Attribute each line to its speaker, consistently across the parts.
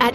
Speaker 1: At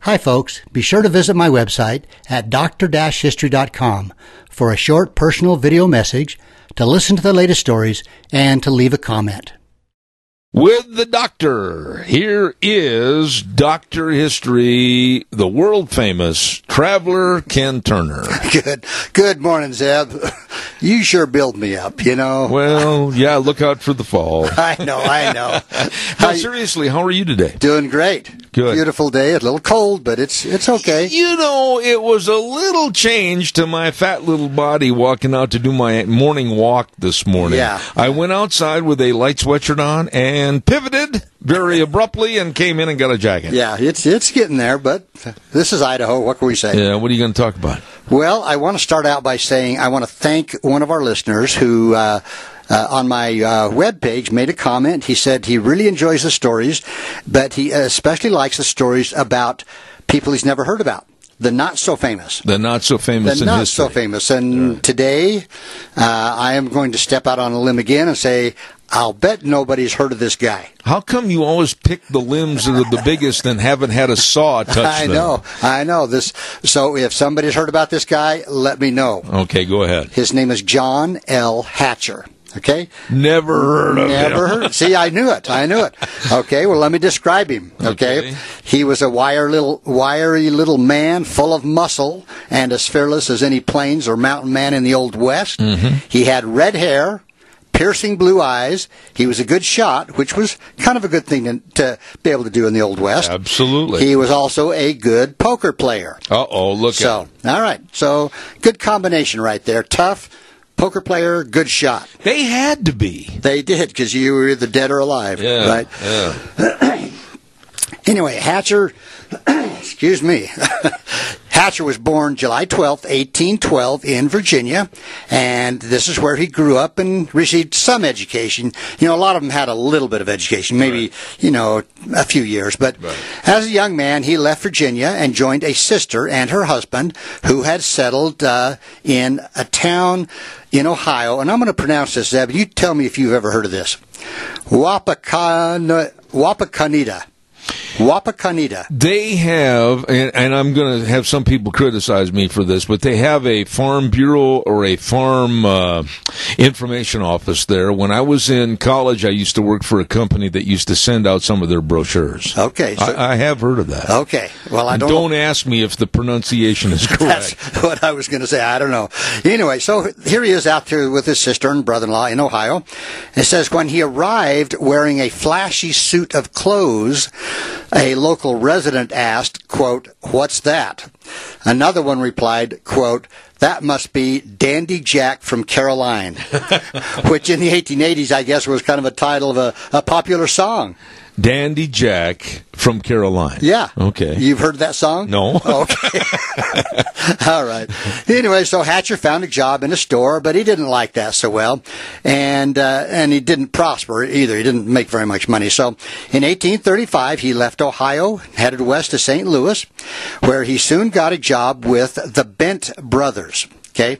Speaker 2: Hi, folks. Be sure to visit my website at dr-history.com for a short personal video message, to listen to the latest stories, and to leave a comment.
Speaker 3: With the doctor, here is Doctor History, the world famous traveler Ken Turner.
Speaker 2: Good, good morning, Zeb. You sure build me up, you know.
Speaker 3: Well, yeah, look out for the fall.
Speaker 2: I know, I know.
Speaker 3: How seriously, how are you today?
Speaker 2: Doing great.
Speaker 3: Good.
Speaker 2: Beautiful day. A little cold, but it's it's okay.
Speaker 3: You know, it was a little change to my fat little body walking out to do my morning walk this morning.
Speaker 2: Yeah.
Speaker 3: I went outside with a light sweatshirt on and pivoted very abruptly and came in and got a jacket.
Speaker 2: Yeah, it's it's getting there, but this is Idaho. What can we say?
Speaker 3: Yeah, what are you going to talk about?
Speaker 2: Well, I want to start out by saying I want to thank one of our listeners who. Uh, uh, on my uh, webpage, made a comment. He said he really enjoys the stories, but he especially likes the stories about people he's never heard about, the not so famous.
Speaker 3: The not so
Speaker 2: The
Speaker 3: famous in
Speaker 2: not
Speaker 3: history.
Speaker 2: so famous. And today, uh, I am going to step out on a limb again and say, I'll bet nobody's heard of this guy.
Speaker 3: How come you always pick the limbs that are the biggest and haven't had a saw touch
Speaker 2: I
Speaker 3: them?
Speaker 2: know, I know this. So if somebody's heard about this guy, let me know.
Speaker 3: Okay, go ahead.
Speaker 2: His name is John L. Hatcher. Okay.
Speaker 3: Never heard of
Speaker 2: Never
Speaker 3: him.
Speaker 2: heard. See, I knew it. I knew it. Okay, well, let me describe him. Okay,
Speaker 3: Okay.
Speaker 2: he was a wire little, wiry little man, full of muscle, and as fearless as any plains or mountain man in the old west.
Speaker 3: Mm-hmm.
Speaker 2: He had red hair, piercing blue eyes. He was a good shot, which was kind of a good thing to, to be able to do in the old west.
Speaker 3: Absolutely.
Speaker 2: He was also a good poker player.
Speaker 3: Uh oh, look
Speaker 2: So,
Speaker 3: out.
Speaker 2: all right, so good combination right there. Tough poker player, good shot.
Speaker 3: They had to be.
Speaker 2: They did because you were either dead or alive,
Speaker 3: Yeah.
Speaker 2: right?
Speaker 3: yeah.
Speaker 2: Anyway, Hatcher, excuse me. Hatcher was born July twelfth, 1812, in Virginia, and this is where he grew up and received some education. You know, a lot of them had a little bit of education, maybe, you know, a few years. But as a young man, he left Virginia and joined a sister and her husband who had settled uh, in a town in Ohio. And I'm going to pronounce this, Zeb. You tell me if you've ever heard of this. Wapakana, Wapakoneta. Wapakoneta.
Speaker 3: They have, and, and I'm going to have some people criticize me for this, but they have a farm bureau or a farm uh, information office there. When I was in college, I used to work for a company that used to send out some of their brochures.
Speaker 2: Okay, so-
Speaker 3: I, I have heard of that.
Speaker 2: Okay. Well, I
Speaker 3: And
Speaker 2: don't.
Speaker 3: don't, ask me if the pronunciation is
Speaker 2: that's
Speaker 3: correct.
Speaker 2: what I was going to say. I don't know. Anyway, so here he is out there with his sister and brother-in-law in Ohio. It says when he arrived wearing a flashy suit of clothes, a local resident asked, "Quote, what's that?" Another one replied, "Quote." That must be Dandy Jack from Caroline, which in the 1880s, I guess, was kind of a title of a, a popular song.
Speaker 3: Dandy Jack from Caroline.
Speaker 2: Yeah. Oh.
Speaker 3: Okay.
Speaker 2: You've heard that song?
Speaker 3: No.
Speaker 2: Okay. All right. Anyway, so Hatcher found a job in a store, but he didn't like that so well, and uh, and he didn't prosper either. He didn't make very much money. So, in 1835, he left Ohio, headed west to St. Louis, where he soon got a job with the Bent Brothers. Okay.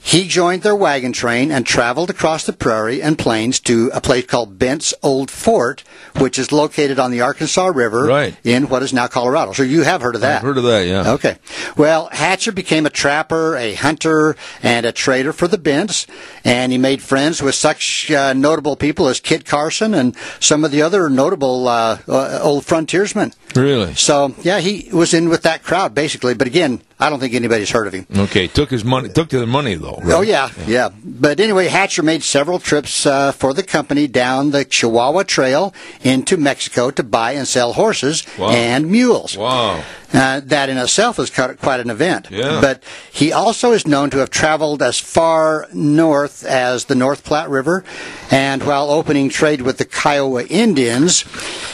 Speaker 2: He joined their wagon train and traveled across the prairie and plains to a place called Bent's Old Fort, which is located on the Arkansas River
Speaker 3: Right.
Speaker 2: in what is now Colorado. So you have heard of that.
Speaker 3: I've heard of that, yeah.
Speaker 2: Okay. Well, Hatcher became a trapper, a hunter, and a trader for the Bents, and he made friends with such uh, notable people as Kit Carson and some of the other notable uh, uh, old frontiersmen.
Speaker 3: Really?
Speaker 2: So, yeah, he was in with that crowd, basically. But again, I don't think anybody's heard of him.
Speaker 3: Okay, took his money, took the money though. right?
Speaker 2: Oh yeah, yeah. But anyway, Hatcher made several trips uh, for the company down the Chihuahua Trail into Mexico to buy and sell horses
Speaker 3: Wow.
Speaker 2: and mules.
Speaker 3: Wow.
Speaker 2: Uh, that in itself is quite quite an event.
Speaker 3: Yeah.
Speaker 2: But he also is known to have traveled as far north as the North Platte River, and while opening trade with the Kiowa Indians,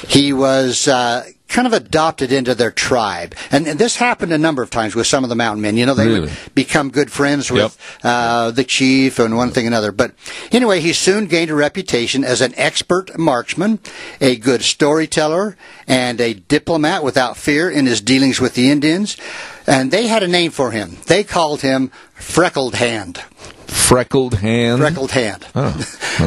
Speaker 2: he was. Uh, Kind of adopted into their tribe, and, and this happened a number of times with some of the mountain men. You know, they would
Speaker 3: Really?
Speaker 2: become good friends with
Speaker 3: Yep.
Speaker 2: uh, the chief and one thing another. But anyway, he soon gained a reputation as an expert marksman, a good storyteller, and a diplomat without fear in his dealings with the Indians. And they had a name for him. They called him Freckled Hand.
Speaker 3: Mm-hmm. Freckled hand.
Speaker 2: Freckled Hand. now,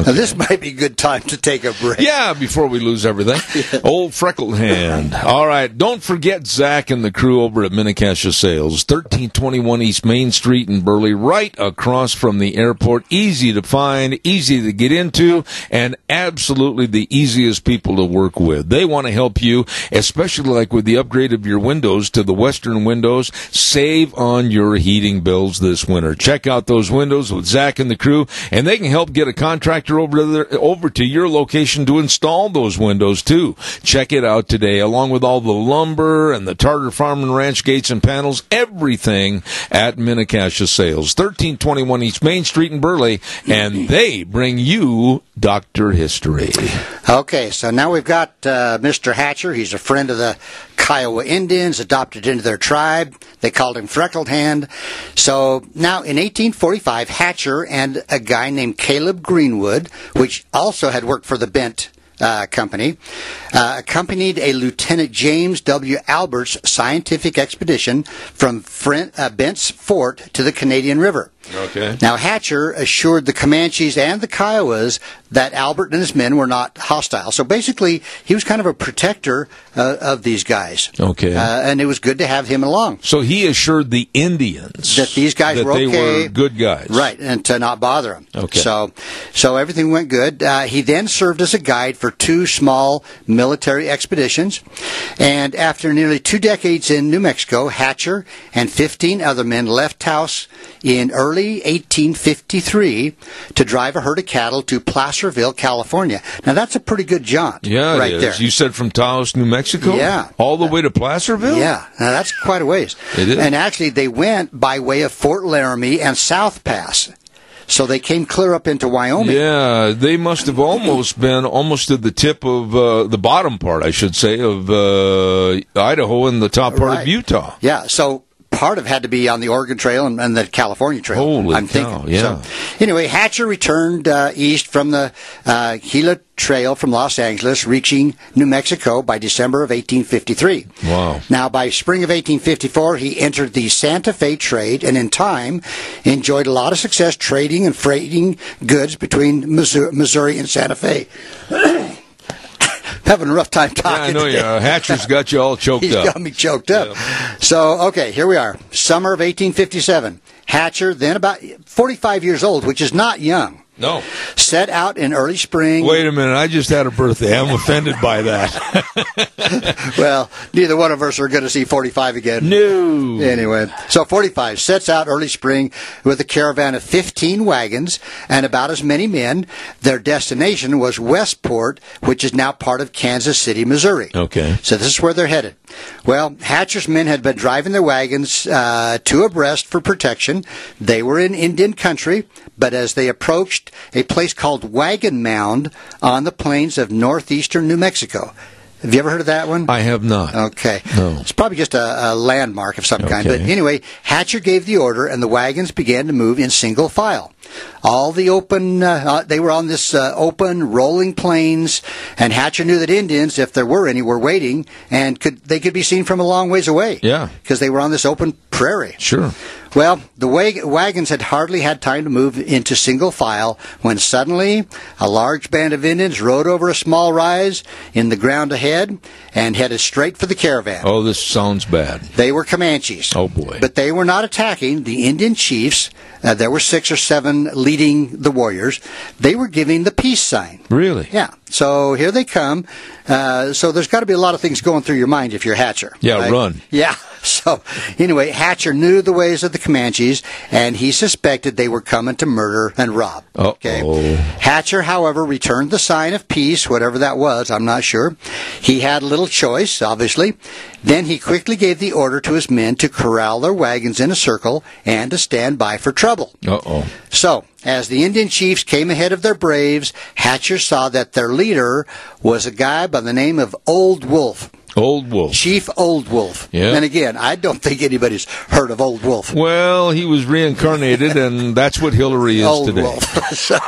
Speaker 2: this might be a good time to take a break.
Speaker 3: Oh, Yeah, before we lose everything. Old freckled hand. All right. Don't forget Zach and the crew over at Minnecasia Sales, 1321 East Main Street in Burley, right across from the airport. Easy to find, easy to get into, and absolutely the easiest people to work with. They want to help you, especially like with the upgrade of your windows to the Western windows. Save on your heating bills this winter. Check out those windows with Zach and the crew, and they can help get a contractor over to their, over to your location to install those windows too. Check it out today, along with all the lumber and the Tartar Farm and Ranch gates and panels, everything at Minnecasia Sales, thirteen twenty one East Main Street in Burley, and they bring you Doctor History.
Speaker 2: Okay, so now we've got uh, Mr. Hatcher. He's a friend of the Kiowa Indians, adopted into their tribe. They called him Freckled Hand. So now in 1845, Hatcher and a guy named Caleb Greenwood, which also had worked for the Bent uh, Company, uh, accompanied a Lieutenant James W. Albert's scientific expedition from Fren- uh, Bent's Fort to the Canadian River.
Speaker 3: Okay.
Speaker 2: Now, Hatcher assured the Comanches and the Kiowas that Albert and his men were not hostile. So basically, he was kind of a protector uh, of these guys.
Speaker 3: Okay.
Speaker 2: Uh, and it was good to have him along.
Speaker 3: So he assured the Indians
Speaker 2: That these guys
Speaker 3: that
Speaker 2: were
Speaker 3: they
Speaker 2: okay.
Speaker 3: were good guys,
Speaker 2: Right, and to not bother him.
Speaker 3: Okay.
Speaker 2: So, so everything went good. Uh, he then served as a guide for two small military expeditions, and after nearly two decades in New Mexico, Hatcher and 15 other men left Taos in early 1853 to drive a herd of cattle to Placerville, California. Now that's a pretty good jaunt,
Speaker 3: Yeah, it
Speaker 2: right
Speaker 3: is.
Speaker 2: there.
Speaker 3: You said from Taos, New Mexico?
Speaker 2: Yeah.
Speaker 3: All the way to Placerville?
Speaker 2: Yeah, now that's quite a ways.
Speaker 3: It is.
Speaker 2: And actually, they went by way of Fort Laramie and South Pass. So they came clear up into Wyoming.
Speaker 3: Yeah, they must have almost been almost at the tip of uh, the bottom part, I should say, of uh, Idaho and the top part
Speaker 2: Right.
Speaker 3: of Utah.
Speaker 2: Yeah, so part of had to be on the Oregon Trail and, and the California Trail.
Speaker 3: Holy
Speaker 2: I'm
Speaker 3: cow,
Speaker 2: thinking.
Speaker 3: yeah.
Speaker 2: So, anyway, Hatcher returned uh, east from the uh, Gila Trail from Los Angeles, reaching New Mexico by December of 1853.
Speaker 3: Wow.
Speaker 2: Now, by spring of 1854, he entered the Santa Fe trade, and in time, enjoyed a lot of success trading and freighting goods between Missouri, Missouri and Santa Fe. Having a rough time
Speaker 3: Yeah,
Speaker 2: talking.
Speaker 3: I know you.
Speaker 2: today.
Speaker 3: Uh, Hatcher's got you all choked
Speaker 2: He's
Speaker 3: up.
Speaker 2: got me choked up. So, okay, here we are. Summer of 1857. Hatcher, then about 45 years old, which is not young,
Speaker 3: No.
Speaker 2: set out in early spring.
Speaker 3: Wait a minute. I just had a birthday. I'm offended by that.
Speaker 2: Well, neither one of us are going to see 45 again.
Speaker 3: no.
Speaker 2: Anyway, so 45 sets out early spring with a caravan of 15 wagons and about as many men. Their destination was Westport, which is now part of Kansas City, Missouri.
Speaker 3: Okay.
Speaker 2: So this is where they're headed. Well, Hatcher's men had been driving their wagons uh, two abreast for protection. They were in Indian country, but as they approached a place called Wagon Mound on the plains of northeastern New Mexico. Have you ever heard of that one?
Speaker 3: I have not.
Speaker 2: Okay.
Speaker 3: No.
Speaker 2: It's probably just a, a landmark of some kind. But
Speaker 3: Okay.
Speaker 2: anyway, Hatcher gave the order, and the wagons began to move in single file. All the open, uh, uh, they were on this uh, open, rolling plains, and Hatcher knew that Indians, if there were any, were waiting, and could they could be seen from a long ways away.
Speaker 3: Yeah.
Speaker 2: Because they were on this open prairie.
Speaker 3: Sure.
Speaker 2: Well, the wag- wagons had hardly had time to move into single file when suddenly a large band of Indians rode over a small rise in the ground ahead and headed straight for the caravan.
Speaker 3: Oh, this sounds bad.
Speaker 2: They were Comanches.
Speaker 3: Oh, boy.
Speaker 2: But they were not attacking the Indian chiefs. Uh, there were six or seven leading the warriors. They were giving the peace sign.
Speaker 3: Really?
Speaker 2: Yeah. So here they come. Uh, so there's got to be a lot of things going through your mind if you're Hatcher.
Speaker 3: Yeah, run.
Speaker 2: Yeah. So anyway, Hatcher knew the ways of the Comanches, and he suspected they were coming to murder and rob.
Speaker 3: Uh-oh.
Speaker 2: Hatcher, however, returned the sign of peace, whatever that was, I'm not sure. He had little choice, obviously. Then he quickly gave the order to his men to corral their wagons in a circle and to stand by for trouble.
Speaker 3: Uh oh.
Speaker 2: So, as the Indian chiefs came ahead of their braves, Hatcher saw that their leader was a guy by the name of Old Wolf.
Speaker 3: Old Wolf.
Speaker 2: Chief Old Wolf.
Speaker 3: Yeah.
Speaker 2: And again, I don't think anybody's heard of Old Wolf.
Speaker 3: Well, he was reincarnated, and that's what Hillary is
Speaker 2: Old
Speaker 3: today.
Speaker 2: Wolf. so,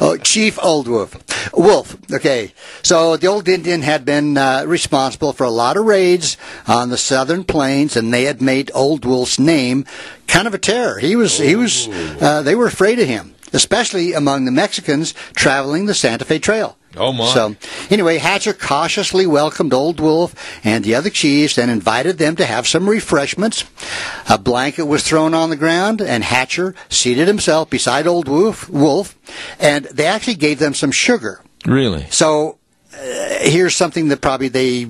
Speaker 2: oh, Chief Old Wolf. Wolf. Okay. So the old Indian had been uh, responsible for a lot of raids on the southern plains, and they had made Old Wolf's name kind of a terror. He was. He was.
Speaker 3: Oh.
Speaker 2: Uh, they were afraid of him, especially among the Mexicans traveling the Santa Fe Trail.
Speaker 3: Oh, my.
Speaker 2: So anyway, Hatcher cautiously welcomed Old Wolf and the other chiefs and invited them to have some refreshments. A blanket was thrown on the ground, and Hatcher seated himself beside Old Wolf, Wolf and they actually gave them some sugar.
Speaker 3: Really?
Speaker 2: So uh, here's something that probably they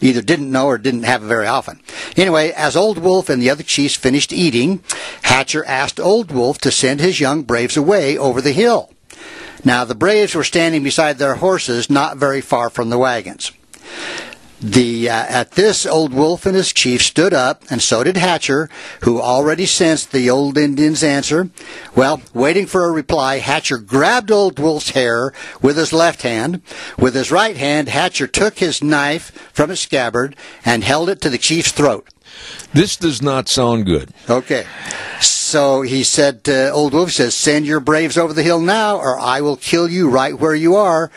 Speaker 2: either didn't know or didn't have very often. Anyway, as Old Wolf and the other chiefs finished eating, Hatcher asked Old Wolf to send his young braves away over the hill. Now, the braves were standing beside their horses not very far from the wagons. The uh, at this old wolf and his chief stood up, and so did Hatcher, who already sensed the old Indian's answer. Well, waiting for a reply, Hatcher grabbed old wolf's hair with his left hand. With his right hand, Hatcher took his knife from his scabbard and held it to the chief's throat.
Speaker 3: This does not sound good.
Speaker 2: Okay, so he said, uh, "Old wolf says, send your braves over the hill now, or I will kill you right where you are."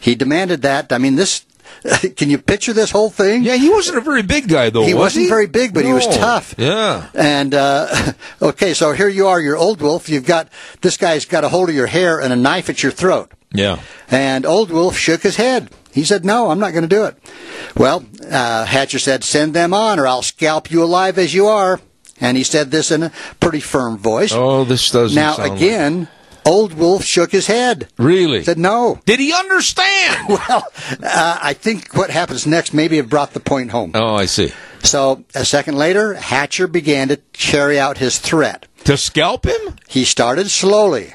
Speaker 2: He demanded that. I mean, this. Can you picture this whole thing?
Speaker 3: Yeah, he wasn't a very big guy, though.
Speaker 2: He
Speaker 3: Oh, was
Speaker 2: wasn't
Speaker 3: he?
Speaker 2: very big, but he was
Speaker 3: No.
Speaker 2: tough.
Speaker 3: Yeah.
Speaker 2: And uh, okay, so here you are, you're old wolf. You've got this guy's got a hold of your hair and a knife at your throat.
Speaker 3: Yeah.
Speaker 2: And old wolf shook his head. He said, "No, I'm not going to do it." Well, uh, Hatcher said, "Send them on, or I'll scalp you alive as you are." And he said this in a pretty firm voice.
Speaker 3: Oh, this doesn't.
Speaker 2: now
Speaker 3: sound like-
Speaker 2: again, old wolf shook his head.
Speaker 3: really?
Speaker 2: Said, "No."
Speaker 3: Did he understand?
Speaker 2: Well, uh, I think what happens next maybe have brought the point home.
Speaker 3: oh, I see.
Speaker 2: So a second later, Hatcher began to carry out his threat.
Speaker 3: To scalp him?
Speaker 2: He started slowly.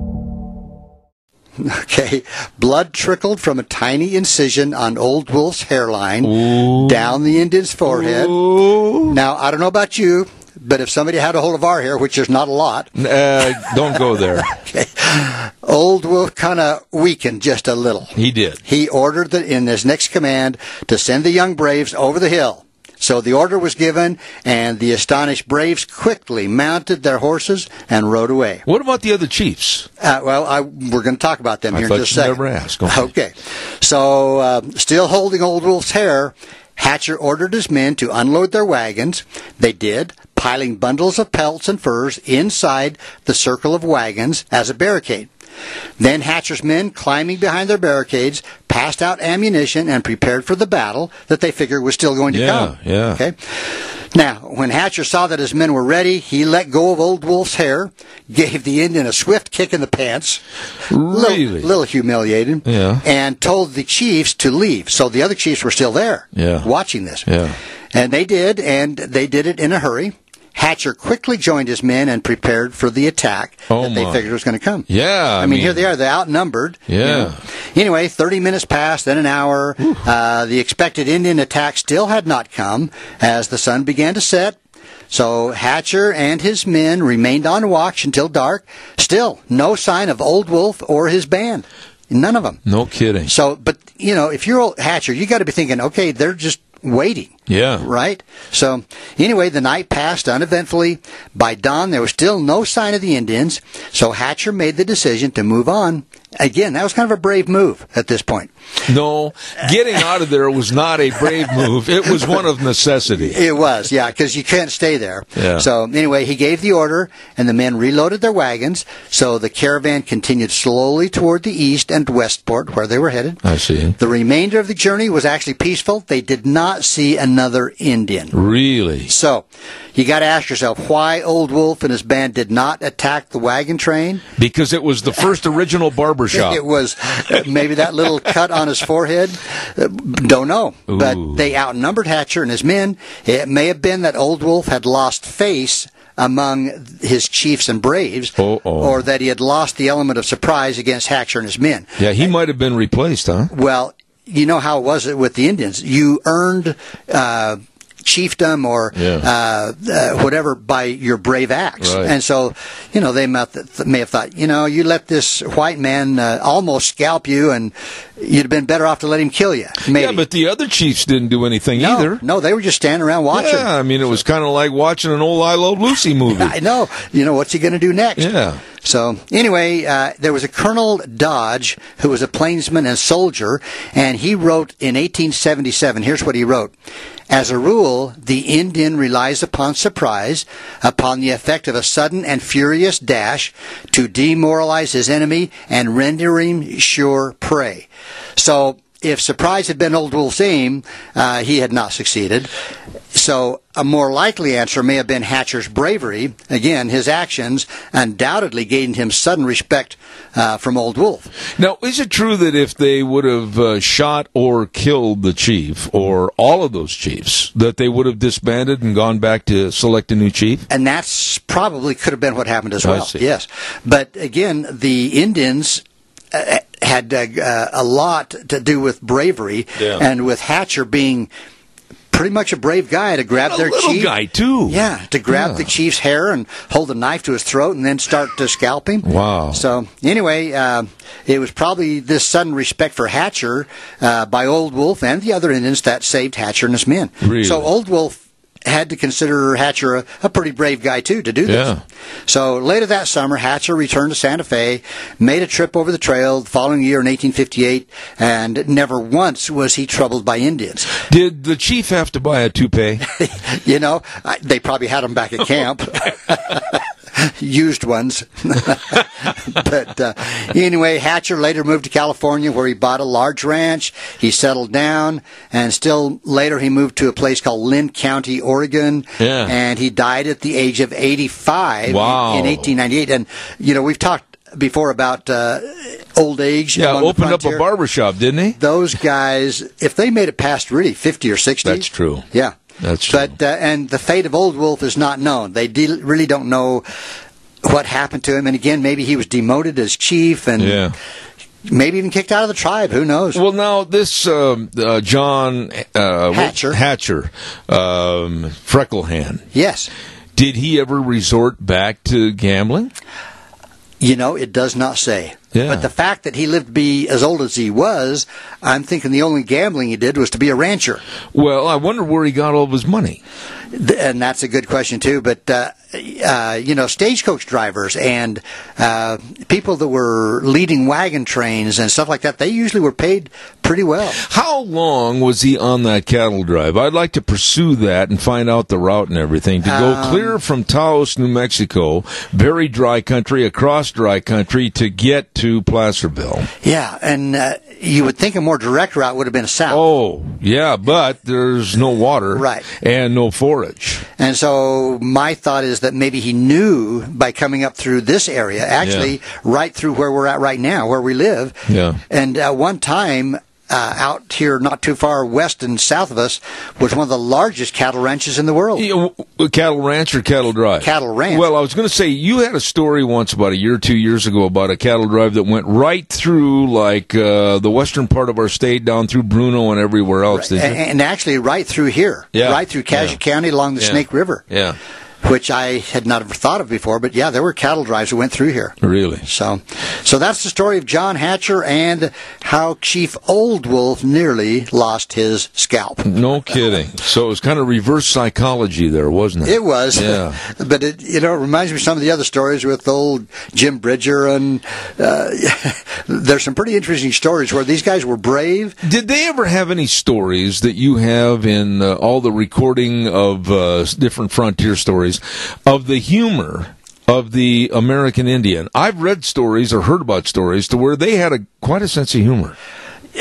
Speaker 2: Okay. Blood trickled from a tiny incision on Old Wolf's hairline down the Indian's forehead. Now, I don't know about you, but if somebody had a hold of our hair, which is not a lot,
Speaker 3: Uh, don't go there.
Speaker 2: Old Wolf kind of weakened just a little.
Speaker 3: He did.
Speaker 2: He ordered that in his next command to send the young braves over the hill. So the order was given, and the astonished braves quickly mounted their horses and rode away.
Speaker 3: What about the other chiefs?
Speaker 2: Uh, well, I, we're going to talk about them
Speaker 3: I
Speaker 2: here
Speaker 3: thought
Speaker 2: in just a
Speaker 3: you
Speaker 2: second.
Speaker 3: never asked. Okay.
Speaker 2: So, uh, still holding Old Wolf's hair, Hatcher ordered his men to unload their wagons. They did, piling bundles of pelts and furs inside the circle of wagons as a barricade. Then Hatcher's men, climbing behind their barricades, passed out ammunition and prepared for the battle that they figured was still going to
Speaker 3: Yeah,
Speaker 2: come.
Speaker 3: yeah.
Speaker 2: Okay. Now, when Hatcher saw that his men were ready, he let go of Old Wolf's hair, gave the Indian a swift kick in the pants,
Speaker 3: Really?
Speaker 2: little, little humiliated,
Speaker 3: Yeah.
Speaker 2: and told the chiefs to leave. So the other chiefs were still there,
Speaker 3: Yeah.
Speaker 2: watching this.
Speaker 3: Yeah.
Speaker 2: And they did, and they did it in a hurry. Hatcher quickly joined his men and prepared for the attack
Speaker 3: Oh,
Speaker 2: that they
Speaker 3: my.
Speaker 2: figured was going to come. I,
Speaker 3: Yeah, I
Speaker 2: mean,
Speaker 3: mean-
Speaker 2: here they are; they're outnumbered. you
Speaker 3: Yeah.
Speaker 2: know. Anyway, thirty minutes passed, then an hour. Uh, the expected Indian attack still had not come. As the sun began to set, So Hatcher and his men remained on watch until dark. Still, no sign of Old Wolf or his band. None of them.
Speaker 3: No kidding.
Speaker 2: So, but you know, if you're old Hatcher, you got to be thinking, okay, they're just waiting.
Speaker 3: Yeah.
Speaker 2: Right. So anyway, the night passed uneventfully. By dawn, there was still no sign of the Indians. So Hatcher made the decision to move on. Again, that was kind of a brave move at this point.
Speaker 3: No, getting out of there was not a brave move. It was one of necessity.
Speaker 2: It was, yeah, because you can't stay there.
Speaker 3: Yeah.
Speaker 2: So anyway, he gave the order, and the men reloaded their wagons. So the caravan continued slowly toward the east and westport, where they were headed.
Speaker 3: I see.
Speaker 2: The remainder of the journey was actually peaceful. They did not see another Indian.
Speaker 3: Really?
Speaker 2: So, you got to ask yourself why Old Wolf and his band did not attack the wagon train.
Speaker 3: Because it was the first original barber shop.
Speaker 2: It was maybe that little cut on his forehead. Uh, Don't know.
Speaker 3: Ooh.
Speaker 2: But they outnumbered Hatcher and his men. It may have been that Old Wolf had lost face among his chiefs and braves,
Speaker 3: Uh-oh.
Speaker 2: or that he had lost the element of surprise against Hatcher and his men.
Speaker 3: Yeah, he might have been replaced, huh?
Speaker 2: Well, you know how was it with the Indians? You earned uh, chiefdom or
Speaker 3: Yeah.
Speaker 2: uh, uh, whatever by your brave acts,
Speaker 3: Right.
Speaker 2: and so you know they might th- may have thought, you know, you let this white man uh, almost scalp you, and you'd have been better off to let him kill you. Maybe.
Speaker 3: Yeah, but the other chiefs didn't do anything
Speaker 2: no,
Speaker 3: either.
Speaker 2: no, they were just standing around watching.
Speaker 3: Yeah, I mean, it was kind of like watching an old I Love Lucy movie.
Speaker 2: I know. You know, what's he going to do next?
Speaker 3: Yeah.
Speaker 2: So, anyway, uh, there was a Colonel Dodge who was a plainsman and soldier, and he wrote in 1877 here's what he wrote As a rule, the Indian relies upon surprise, upon the effect of a sudden and furious dash to demoralize his enemy and render him sure prey. So, if surprise had been Old Wolf's aim, uh, he had not succeeded. So a more likely answer may have been Hatcher's bravery. Again, his actions undoubtedly gained him sudden respect uh, from Old Wolf.
Speaker 3: Now, is it true that if they would have uh, shot or killed the chief or all of those chiefs, that they would have disbanded and gone back to select a new chief?
Speaker 2: And that's probably could have been what happened as
Speaker 3: I
Speaker 2: well.
Speaker 3: see.
Speaker 2: Yes. But again, the Indians uh, had uh, a lot to do with bravery
Speaker 3: Yeah.
Speaker 2: and with Hatcher being pretty much a brave guy to grab
Speaker 3: A
Speaker 2: their
Speaker 3: little
Speaker 2: chief.
Speaker 3: guy too.
Speaker 2: Yeah, to grab
Speaker 3: Yeah.
Speaker 2: the chief's hair and hold a knife to his throat and then start to scalp him.
Speaker 3: Wow.
Speaker 2: So anyway, uh, it was probably this sudden respect for Hatcher uh, by Old Wolf and the other Indians that saved Hatcher and his men.
Speaker 3: Really?
Speaker 2: So Old Wolf had to consider Hatcher a, a pretty brave guy too to do this.
Speaker 3: Yeah.
Speaker 2: So later that summer, Hatcher returned to Santa Fe, made a trip over the trail the following year in 1858, and never once was he troubled by Indians.
Speaker 3: Did the chief have to buy a toupee?
Speaker 2: You know, I, they probably had them back at camp. Used ones. but uh, anyway, Hatcher later moved to California where he bought a large ranch. He settled down, and still later he moved to a place called Lynn County, Oregon.
Speaker 3: Yeah.
Speaker 2: And he died at the age of 85
Speaker 3: Wow.
Speaker 2: in 1898. And, you know, we've talked before about uh, old age.
Speaker 3: Yeah,
Speaker 2: among the
Speaker 3: opened up a
Speaker 2: frontier
Speaker 3: barber shop, didn't he?
Speaker 2: those guys, if they made it past really 50 or 60.
Speaker 3: That's true.
Speaker 2: Yeah.
Speaker 3: That's true.
Speaker 2: But, uh, and the fate of Old Wolf is not known. They de- really don't know what happened to him. And again, maybe he was demoted as chief and
Speaker 3: Yeah.
Speaker 2: maybe even kicked out of the tribe. Who knows?
Speaker 3: Well, now this um, uh, John uh,
Speaker 2: Hatcher.
Speaker 3: Hatcher, um, Frecklehand,
Speaker 2: yes.
Speaker 3: did he ever resort back to gambling?
Speaker 2: You know, it does not say.
Speaker 3: Yeah.
Speaker 2: But the fact that he lived to be as old as he was, I'm thinking the only gambling he did was to be a rancher.
Speaker 3: Well, I wonder where he got all of his money.
Speaker 2: Th- and that's a good question too. But uh, uh, you know, stagecoach drivers and uh, people that were leading wagon trains and stuff like that, they usually were paid pretty well.
Speaker 3: How long was he on that cattle drive? I'd like to pursue that and find out the route and everything. To go clear from Taos, New Mexico, very dry country, across dry country to get to Placerville.
Speaker 2: Yeah, and uh, you would think a more direct route would have been south.
Speaker 3: Oh, yeah, but there's no water.
Speaker 2: Right.
Speaker 3: And no forage.
Speaker 2: And so my thought is that maybe he knew by coming up through this area, actually
Speaker 3: Yeah.
Speaker 2: right through where we're at right now, where we live.
Speaker 3: Yeah.
Speaker 2: And at one time, uh, out here not too far west and south of us was one of the largest cattle ranches in the world.
Speaker 3: You know, w- cattle ranch or cattle drive?
Speaker 2: Cattle ranch.
Speaker 3: Well, I was going to say you had a story once about a year or two years ago about a cattle drive that went right through like uh, the western part of our state, down through Bruno and everywhere else.
Speaker 2: A-
Speaker 3: Did you?
Speaker 2: and actually right through here,
Speaker 3: Yeah.
Speaker 2: right through Cache
Speaker 3: Yeah.
Speaker 2: County along the
Speaker 3: Yeah.
Speaker 2: Snake River,
Speaker 3: Yeah,
Speaker 2: which I had not ever thought of before. But yeah, there were cattle drives that went through here.
Speaker 3: really.
Speaker 2: So, so that's the story of John Hatcher and how Chief Old Wolf nearly lost his scalp.
Speaker 3: No kidding. So it was kind of reverse psychology there, wasn't it?
Speaker 2: It was,
Speaker 3: Yeah.
Speaker 2: but it you know it reminds me of some of the other stories with old Jim Bridger and uh, there's some pretty interesting stories where these guys were brave.
Speaker 3: Did they ever have any stories that you have in uh, all the recording of uh, different frontier stories of the humor of the American Indian? I've read stories or heard about stories to where they had a quite a sense of humor.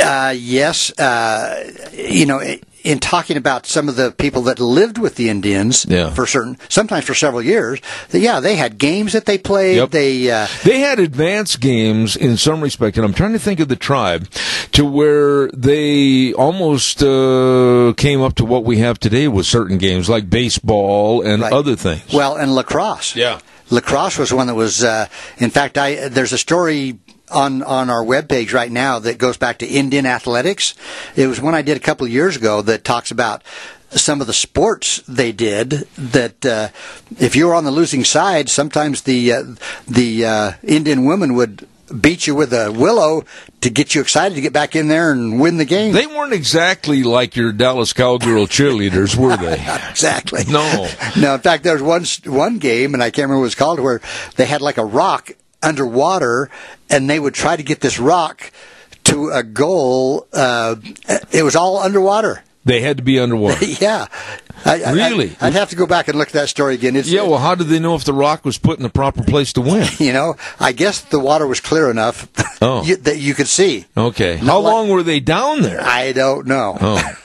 Speaker 2: Uh, yes, uh, you know. in talking about some of the people that lived with the Indians
Speaker 3: Yeah.
Speaker 2: for certain, sometimes for several years, that, yeah, they had games that they played.
Speaker 3: Yep.
Speaker 2: They uh,
Speaker 3: They had advanced games in some respect, and I'm trying to think of the tribe to where they almost uh, came up to what we have today with certain games like baseball and
Speaker 2: Right.
Speaker 3: other things.
Speaker 2: Well, and lacrosse.
Speaker 3: Yeah.
Speaker 2: lacrosse was one that was. Uh, in fact, I there's a story on on our webpage right now that goes back to Indian athletics. It was one I did a couple of years ago that talks about some of the sports they did. That uh, if you were on the losing side, sometimes the uh, the uh, Indian women would beat you with a willow to get you excited to get back in there and win the game.
Speaker 3: They weren't exactly like your Dallas Cowgirl cheerleaders, were they?
Speaker 2: Exactly.
Speaker 3: No.
Speaker 2: No. In fact, there was one one game, and I can't remember what it was called, where they had like a rock underwater, and they would try to get this rock to a goal. Uh, it was all underwater.
Speaker 3: They had to be underwater.
Speaker 2: Yeah. I, I-
Speaker 3: Really?
Speaker 2: I'd, I'd have to go back and look at that story again. It's,
Speaker 3: Yeah, well, how did they know if the rock was put in the proper place to win?
Speaker 2: You know, I guess the water was clear enough
Speaker 3: Oh.
Speaker 2: you, that you could see.
Speaker 3: Okay.
Speaker 2: Not
Speaker 3: How
Speaker 2: like-
Speaker 3: long were they down there?
Speaker 2: I don't know.
Speaker 3: Oh.